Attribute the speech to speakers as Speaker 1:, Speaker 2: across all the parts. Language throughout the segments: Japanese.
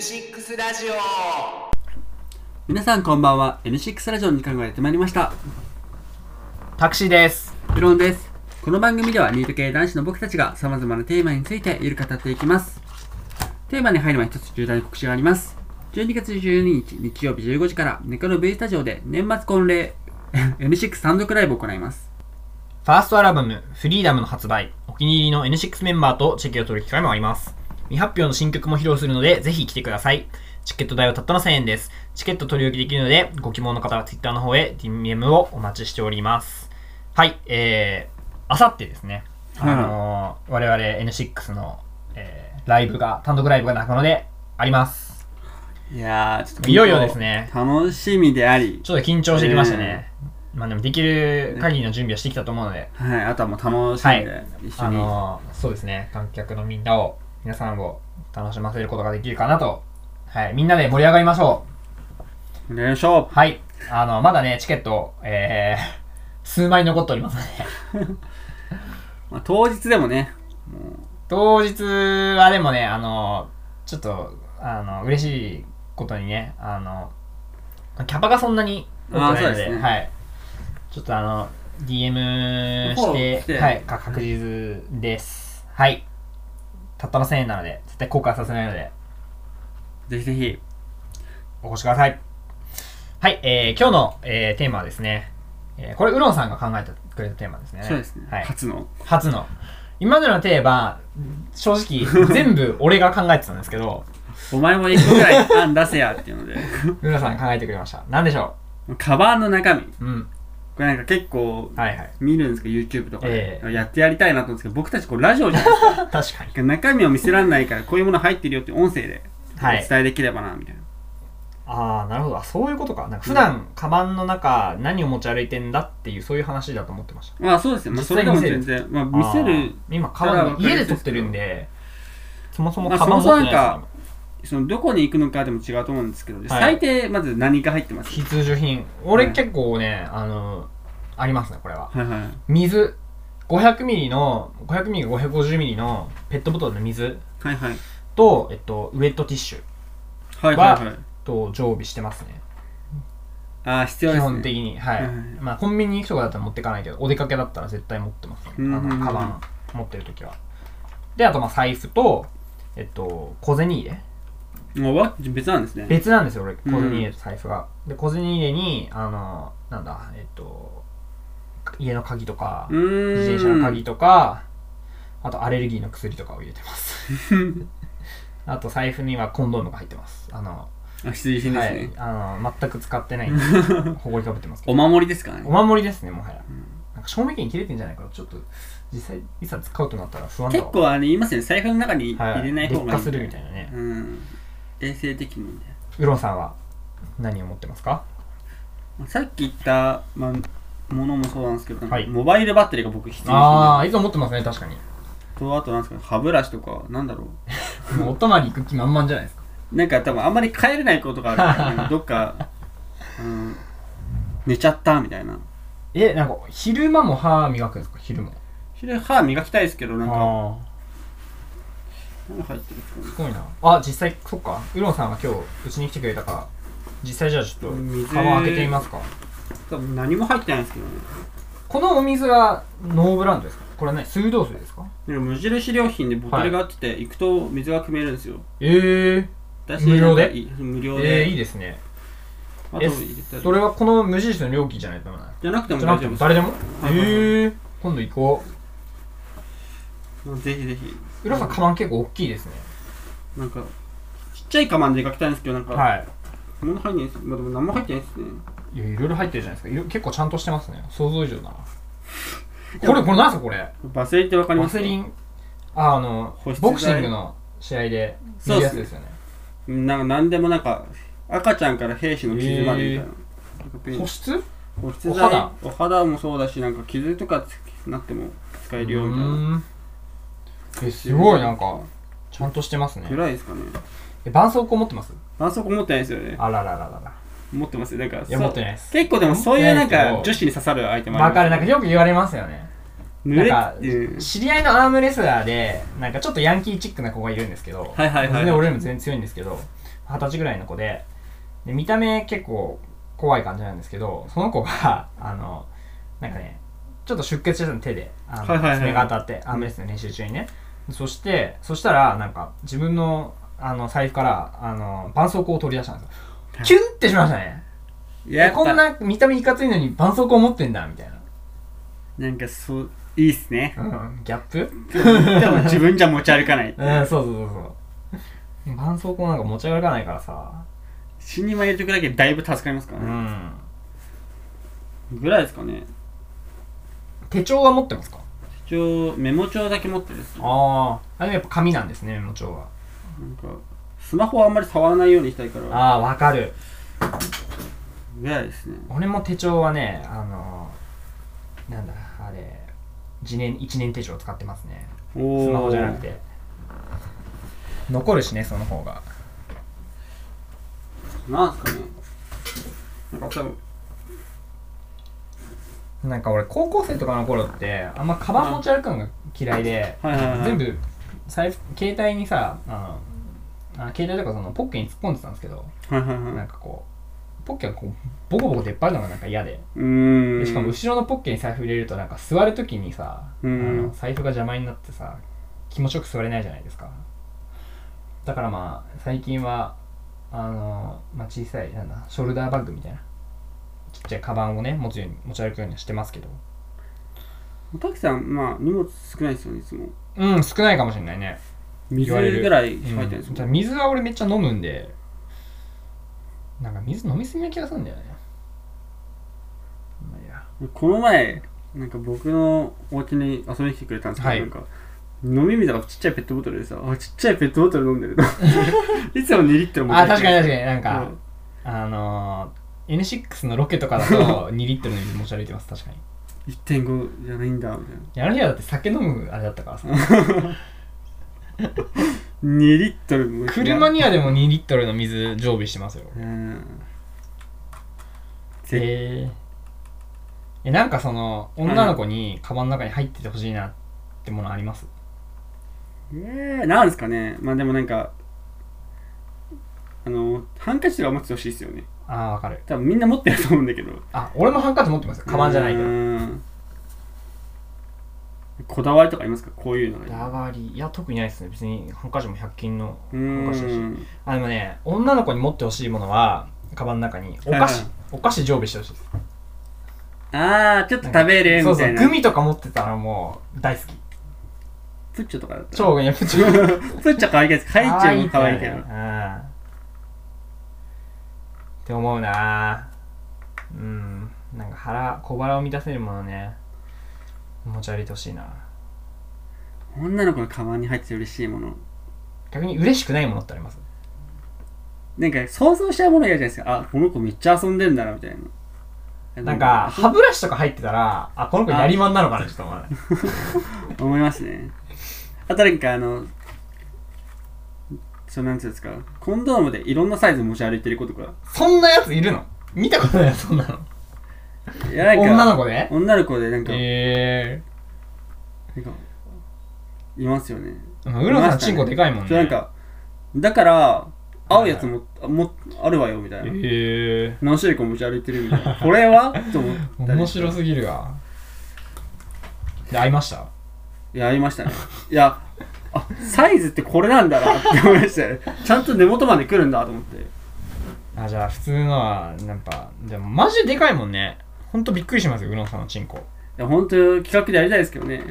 Speaker 1: ラジオ
Speaker 2: 皆さんこんばんは N6 ラジオの時間がやってまいりました
Speaker 3: タクシーです。
Speaker 2: ブロンですこの番組ではニート系男子の僕たちがさまざまなテーマについてゆるく語っていきますテーマに入る前に一つ重大な告知があります12月12日日曜日15時からネカのベイスタジオで年末婚 礼 N6 単独ライブを行います
Speaker 3: ファーストアルバム、フリーダムの発売、お気に入りの N6 メンバーとチェキを取る機会もあります。未発表の新曲も披露するので、ぜひ来てください。チケット代はたったの1000円です。チケット取り置きできるので、ご希望の方は Twitter の方へ DM をお待ちしております。はい、えー、あさってですね、あのー我々 N6 の、えーライブが、単独ライブが中野であります。
Speaker 2: いやーちょっ
Speaker 3: いよいよですね
Speaker 2: 楽しみであり
Speaker 3: ちょっと緊張してきましたね。まあでもできる限りの準備はしてきたと思うので、
Speaker 2: はい、あとはもう楽しんで一緒
Speaker 3: あ
Speaker 2: に、
Speaker 3: のーそうですね観客のみんなを皆さんを楽しませることができるかなと、はい、みんなで盛り上がりましょ
Speaker 2: お願いしょ
Speaker 3: うはいあのまだねチケット、えー、 数枚残っておりますので
Speaker 2: う、まあ、当日でもね
Speaker 3: 当日はでもねあのちょっとあの嬉しいことにねあのキャパがそんなに多くない
Speaker 2: あーそ
Speaker 3: の
Speaker 2: うで
Speaker 3: です
Speaker 2: ね
Speaker 3: はい、ちょっとあの DM
Speaker 2: フォロー
Speaker 3: し
Speaker 2: して
Speaker 3: て、はい、か確実ですはいたったの1000円なので絶対後悔させないので
Speaker 2: ぜひぜひ
Speaker 3: お越しください。はい、えー今日の、えーテーマはですね、えーこれ、ウロンさんが考えてくれたテーマですね。
Speaker 2: そうですね、
Speaker 3: はい、
Speaker 2: 初の
Speaker 3: 初の。今までのテーマ、正 直、全部俺が考えてたんですけど、
Speaker 2: お前も一個ぐらい案出せやっていうので
Speaker 3: ウロンさんが考えてくれました。なんでしょ
Speaker 2: カバンの中身こ
Speaker 3: ううん。
Speaker 2: れなんか結構
Speaker 3: はい はい。
Speaker 2: 見るんですけど YouTube とかで、
Speaker 3: え
Speaker 2: やってやりたいなと思うんですけど僕たちこうラジオじゃないですか
Speaker 3: 確か
Speaker 2: だ
Speaker 3: に。
Speaker 2: から中身を見せられないからこういうもの入ってるよって音声で
Speaker 3: は
Speaker 2: お
Speaker 3: い。
Speaker 2: 伝えできればなみたいな、
Speaker 3: ああ、なるほど。あそういうことか。なんか普段、カバンの中、何を持ち歩いてんだっていう、そういう話だと思ってました。
Speaker 2: まあそうですね、まあ、それでも全然まあ見せる
Speaker 3: あー今、カバン、
Speaker 2: ただ
Speaker 3: 家で撮ってるんで、そもそも
Speaker 2: まあ
Speaker 3: カバン持ってないです
Speaker 2: そもそもなんかそのどこに行くのかでも違うと思うんですけど、最低まず何が入ってます
Speaker 3: 必需品俺
Speaker 2: はい
Speaker 3: 結構ね、あのありますねこれは
Speaker 2: はいはい
Speaker 3: 水500ミリの500ミリ550ミリのペットボトルの水
Speaker 2: はいはい
Speaker 3: と、えっと、ウェットティッシュ
Speaker 2: はいはいはい
Speaker 3: と常備してますね
Speaker 2: ああ必要
Speaker 3: 基
Speaker 2: です
Speaker 3: 本
Speaker 2: ね
Speaker 3: 的にはい、
Speaker 2: はいはい
Speaker 3: まあコンビニ行くとかだったら持ってかないけどお出かけだったら絶対持ってますねあ
Speaker 2: うんうんうん
Speaker 3: のカバン持ってる時はであとまあ財布とえっと小銭入れ
Speaker 2: もうわ別なんですね
Speaker 3: 別なんですよ俺小銭入れと財布が、で小銭入れにあのなんだえっと家の鍵とか
Speaker 2: うーん
Speaker 3: 自転車の鍵とかあとアレルギーの薬とかを入れてます あと財布にはコンドームが入ってますあの、
Speaker 2: あ必需品です
Speaker 3: は
Speaker 2: ね、
Speaker 3: い、あの全く使って ないんでほこりかぶってますけ
Speaker 2: お
Speaker 3: ど
Speaker 2: 守りですからね
Speaker 3: お守りですねもはや、なんか賞味期限切れてんじゃないかなちょっと実際いざ使うとなったら不安だ
Speaker 2: 結
Speaker 3: わ
Speaker 2: 構あれ言いますよね財布の中に
Speaker 3: はい
Speaker 2: 入れない方がいい、
Speaker 3: 劣化するみたいなね
Speaker 2: うん衛生的にね
Speaker 3: うろんさんは何を持ってますか
Speaker 2: まあさっき言った、まあ、ものもそうなんですけど、なんか
Speaker 3: はい
Speaker 2: モバイルバッテリーが僕必要
Speaker 3: ああいつも持ってますね確かに
Speaker 2: とあとなんですかね歯ブラシとかなんだろ
Speaker 3: もうお泊まり行く気満々じゃないですか
Speaker 2: うなんか多分あんまり帰れないことが あるうんどっか、うん、寝ちゃったみたいな
Speaker 3: えなんか昼間も歯磨くんですか昼も
Speaker 2: それ歯磨きたいですけどなんか
Speaker 3: ああ
Speaker 2: 何入ってるんですかね
Speaker 3: すごいなあ実際そっかウロンさんが今日うちに来てくれたから実際じゃあちょっ
Speaker 2: 水
Speaker 3: とカバン開けてみますか
Speaker 2: 多分何も入ってないんですけどね
Speaker 3: このお水はノーブランドですかこれはね水道水ですか
Speaker 2: でも無印良品でボトルがあってて、行くと水が汲めるんですよ
Speaker 3: ええ
Speaker 2: だし
Speaker 3: 無料で
Speaker 2: なんかいい無料
Speaker 3: え
Speaker 2: で、
Speaker 3: えいいですね
Speaker 2: あと
Speaker 3: え
Speaker 2: 入れたり
Speaker 3: それはこの無印の容器じゃないとダメなの
Speaker 2: じゃなくても
Speaker 3: じゃな
Speaker 2: 大
Speaker 3: く
Speaker 2: 丈夫で
Speaker 3: ても
Speaker 2: す
Speaker 3: 誰でも
Speaker 2: はいはいはい
Speaker 3: ええ今度行こ
Speaker 2: ぜひぜひ
Speaker 3: うウロンさんカバン結構大きいですね
Speaker 2: なんかちっちゃいカバンで描きたいんですけどなんか、
Speaker 3: はい
Speaker 2: 物入んないですまあでも何も入ってないですね
Speaker 3: いやいろいろ入ってるじゃないですかいろ結構ちゃんとしてますね想像以上だなこれこれ何すかこれ
Speaker 2: バセリンってわかりま
Speaker 3: ワ
Speaker 2: すか
Speaker 3: セリンああの
Speaker 2: 保湿剤
Speaker 3: ボクシングの試合で見
Speaker 2: そう
Speaker 3: る
Speaker 2: っ
Speaker 3: や
Speaker 2: す
Speaker 3: つですよね
Speaker 2: ンなんか何でもなんか赤ちゃんから兵士の傷までみたいな,、なんかペン
Speaker 3: 保湿
Speaker 2: 保湿剤
Speaker 3: お肌
Speaker 2: お肌もそうだしなんか傷とかつなっても使えるよみたいな
Speaker 3: えすごいなんかちゃんとしてますね
Speaker 2: ぐらいですかね
Speaker 3: え絆創膏持ってます
Speaker 2: あそこ持ってないですよね
Speaker 3: あらららら
Speaker 2: 持ってますよなんか
Speaker 3: いや
Speaker 2: そう
Speaker 3: 持ってないです
Speaker 2: 結構でもそういうなんか
Speaker 3: 持ってないですけ
Speaker 2: 女
Speaker 3: ど
Speaker 2: 子に刺さるアイテム
Speaker 3: らわかるなんか
Speaker 2: か
Speaker 3: よく言われますよね
Speaker 2: 濡
Speaker 3: なん
Speaker 2: れ
Speaker 3: か
Speaker 2: っていう
Speaker 3: 知り合いのアームレスラーでなんかちょっとヤンキーチックな子がいるんですけど
Speaker 2: はいはいはい
Speaker 3: 全然俺よりも全然強いんですけど二十歳ぐらいの子でで見た目結構怖い感じなんですけどその子が あのなんかねちょっと出血してたの手であの、
Speaker 2: はいはいはい
Speaker 3: 爪が当たってアームレスの練習中にね、そしてそしたらなんか自分のあの財布からあの絆創膏を取り出したんですよ
Speaker 2: はい
Speaker 3: キュンってしましたね
Speaker 2: いややっぱ
Speaker 3: こんな見た目いかついのに絆創膏持ってんだみたいな、
Speaker 2: なんかそういいっすね
Speaker 3: うん、ギャップ
Speaker 2: でも自分じゃ持ち歩かない
Speaker 3: うん、そうそうそうそう。絆創膏なんか持ち歩かないからさ。
Speaker 2: 死に入れてくだけでだいぶ助かりますか
Speaker 3: う
Speaker 2: らね、
Speaker 3: ん。
Speaker 2: ぐらいですかね
Speaker 3: 手帳は持ってますか
Speaker 2: 一応メモ帳だけ持ってるんですね
Speaker 3: ああ。でもやっぱ紙なんですね、メモ帳は。
Speaker 2: なんかスマホはあんまり触らないようにしたいから
Speaker 3: ああ、わかる。
Speaker 2: ぐらいですね
Speaker 3: 俺も手帳はね、あのー、なんだ、あれ、一年、一年手帳使ってますね。
Speaker 2: お
Speaker 3: ス
Speaker 2: ー
Speaker 3: マホじゃなくて。残るしね、その方が。
Speaker 2: なんすかねなんか多分
Speaker 3: なんか俺、高校生とかの頃って、あんまカバン持ち歩くのが嫌いで、
Speaker 2: はいはいはい
Speaker 3: 全部財布携帯にさあのあ携帯とかそのポッケに突っ込んでたんですけど、
Speaker 2: はいはいは
Speaker 3: ないんかこうポッケがこうボコボコ出っ張るのがなんか嫌で
Speaker 2: うー
Speaker 3: で
Speaker 2: ん
Speaker 3: しかも後ろのポッケに財布入れるとなんか座る時にさあ
Speaker 2: うん
Speaker 3: の財布が邪魔になってさ気持ちよく座れないじゃないですかだからまあ最近はあの、まあ、小さいなんだショルダーバッグみたいなちっちゃいカバンをね持つように持ち歩くようにはしてますけど
Speaker 2: おたきさんまあ荷物少ないですよねいつも
Speaker 3: うん少ないかもしれないね
Speaker 2: 水
Speaker 3: 言われる
Speaker 2: ぐらいしか入ってないです
Speaker 3: うんじゃ
Speaker 2: も
Speaker 3: あ
Speaker 2: ん、
Speaker 3: 水は俺めっちゃ飲むんでなんか水飲みすぎな気がするんだよねまあいいや
Speaker 2: この前なんか僕のお家に遊びに来てくれたんですけど、
Speaker 3: はい
Speaker 2: なんか飲み水がちっちゃいペットボトルでさあちっちゃいペットボトル飲んで るのいつも2リットル持って
Speaker 3: あ確かに確かになん
Speaker 2: か
Speaker 3: か、あのー、N6 のロケとか だと2リットルの水持ち歩いてます確かにい
Speaker 2: 1.5じゃないんだみたいな
Speaker 3: やあの日はだって酒飲むあれだったからさ
Speaker 2: 2リットルも
Speaker 3: 車にはでも2リットルの水常備してますよ
Speaker 2: うんぜ
Speaker 3: へえなんかその女の子にカバンの中に入っててほしいなってものあります、
Speaker 2: えー、なんですかねまあでもなんかあのハンカチとか持っててほしいですよね
Speaker 3: ああわかる
Speaker 2: 多分みんな持ってると思うんだけど
Speaker 3: あ俺もハンカチ持ってますよカバンじゃないけど
Speaker 2: どこだわりとかありますかこういうの
Speaker 3: こだわりいや特にないですね別にハンカチも100均の
Speaker 2: う
Speaker 3: ハンカチだし
Speaker 2: ん
Speaker 3: あでもね女の子に持ってほしいものはカバンの中にお
Speaker 2: はい
Speaker 3: 菓
Speaker 2: はい
Speaker 3: 子、お菓子常備してほしいです
Speaker 2: あーちょっと食べれる
Speaker 3: そう
Speaker 2: み
Speaker 3: そ
Speaker 2: た
Speaker 3: う
Speaker 2: いな
Speaker 3: グミとか持ってたらもう大好き
Speaker 2: プッチョとかだったら
Speaker 3: 超やっぱ超ハ
Speaker 2: プッチョ可愛いけどハイチュウも可愛いけど
Speaker 3: うんって思うなうんなんか腹小腹を満たせるものね持ち歩いてほしいな
Speaker 2: 女の子のカバンに入ってて嬉しいもの
Speaker 3: 逆に嬉しくないものってあります
Speaker 2: なんか想像しちゃうもの嫌じゃないですかあこの子めっちゃ遊んでんだなみたいな
Speaker 3: なんか歯ブラシとか入ってたらあこの子やりまんなのかなちょっと思わない
Speaker 2: 思いますねあとなんかあのそうなんていうんですかコンドームでいろんなサイズ持ち歩いてる子とか
Speaker 3: そんなやついるの見たことないそんなの
Speaker 2: いやなんか
Speaker 3: 女の子で
Speaker 2: 女の子でなんか,、
Speaker 3: え
Speaker 2: なんかいますよね
Speaker 3: えー、ウロ
Speaker 2: いま
Speaker 3: さ
Speaker 2: し
Speaker 3: ん
Speaker 2: た
Speaker 3: チ
Speaker 2: ね
Speaker 3: ンコでかいもんね
Speaker 2: そうなんかだから合うやつも,、もあるわよみたいな、
Speaker 3: ええ
Speaker 2: 何種類か持ち歩いてるみたいなこれはと思ったり
Speaker 3: 面白すぎるわで会いました
Speaker 2: いやありましたねいやあサイズってこれなんだなって思いましたねちゃんと根元まで来るんだと思って
Speaker 3: あじゃあ普通のはなんかでもマジででかいもんねほんとびっくりしますよウロさんのチンコ
Speaker 2: いや本当企画でやりたいですけどね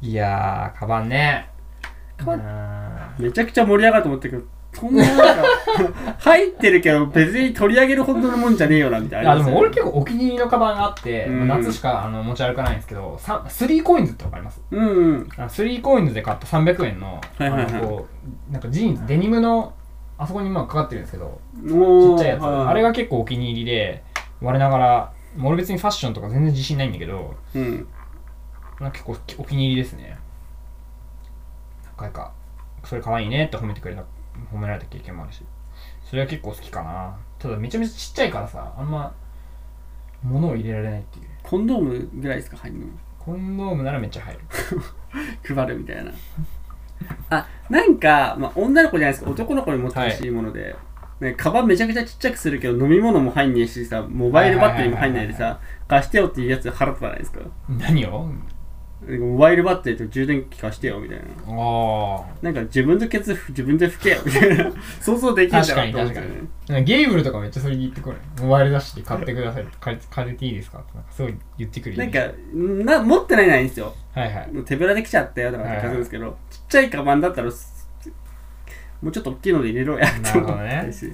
Speaker 3: いやーカバンね
Speaker 2: カバン
Speaker 3: ン
Speaker 2: めちゃくちゃ盛り上がると思ったけどそんななんか入ってるけど別に取り上げるほどのもんじゃねえよなみたいな
Speaker 3: あでも俺結構お気に入りのカバンがあって、
Speaker 2: うん
Speaker 3: まあ夏しかあの持ち歩かないんですけどさ3コインズってわかります
Speaker 2: うんうん
Speaker 3: あ3コインズで買った300円の
Speaker 2: はいはいはい
Speaker 3: あのこうなんかジーンズデニムのあそこに今かかってるんですけどち
Speaker 2: も
Speaker 3: っ
Speaker 2: う
Speaker 3: ちゃいやつ、
Speaker 2: はい
Speaker 3: あれが結構お気に入りで我ながらもう俺別にファッションとか全然自信ないんだけど
Speaker 2: うん
Speaker 3: なんか結構お気に入りですね何回かそれ可愛いねって褒めてくれた褒められた経験もあるしそれは結構好きかなただめちゃめちゃちっちゃいからさあんま物を入れられないっていう
Speaker 2: コンドームぐらいですか入るの
Speaker 3: コンドームならめっちゃ入る
Speaker 2: 配るみたいなあなんか、まあ、女の子じゃないですか男の子に持ってほしいもので、ね、カバンめちゃくちゃちっちゃくするけど飲み物も入んねえしさモバイルバッテリーも入んないで
Speaker 3: はい
Speaker 2: さ貸してよっていうやつ払ったないですか
Speaker 3: 何を
Speaker 2: なんかモバイルバッテリーと充電器貸してよみたいな
Speaker 3: あ
Speaker 2: なんか自分のケツ自分で拭けよみたい な想像できるんだなと思って
Speaker 3: 確かに確か
Speaker 2: ね
Speaker 3: あゲーブルとかめっちゃそれ言ってこないモバイル出して買ってください借り借りていいですかってなんかすごい言ってくるイメ
Speaker 2: な
Speaker 3: ー
Speaker 2: ん
Speaker 3: ジ
Speaker 2: かな持ってないないんですよ
Speaker 3: はいはい
Speaker 2: 手ぶらで来ちゃったよとかって貸すんですけど、ちっちゃいカバンだったらすもうちょっと大きいので入れろやって思ったりし、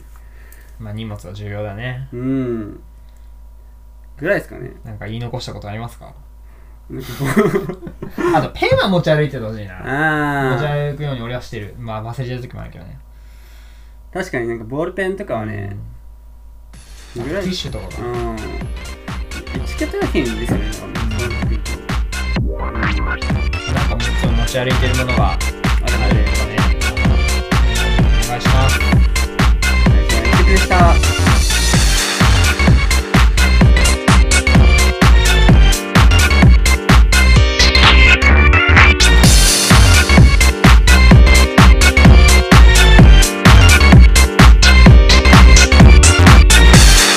Speaker 3: まあ荷物は重要だね
Speaker 2: うんぐらいですかね
Speaker 3: なんか言い残したことありますか
Speaker 2: なんか
Speaker 3: あとペンは持ち歩いててほしいな持ち
Speaker 2: ああ
Speaker 3: 歩くように俺はしてるまあ忘れちゃう時もあるけどね
Speaker 2: 確かになんかボールペンとかはね、
Speaker 3: うん
Speaker 2: ぐ
Speaker 3: テ
Speaker 2: ら
Speaker 3: ィ
Speaker 2: い
Speaker 3: ッシュとかか
Speaker 2: うんエチケット用品ですよね多分そうなってくると
Speaker 3: なんかもうその持ち歩いてるものがあ
Speaker 2: あ
Speaker 3: る
Speaker 2: れ
Speaker 3: とかねお願いします
Speaker 2: あれエチケットでした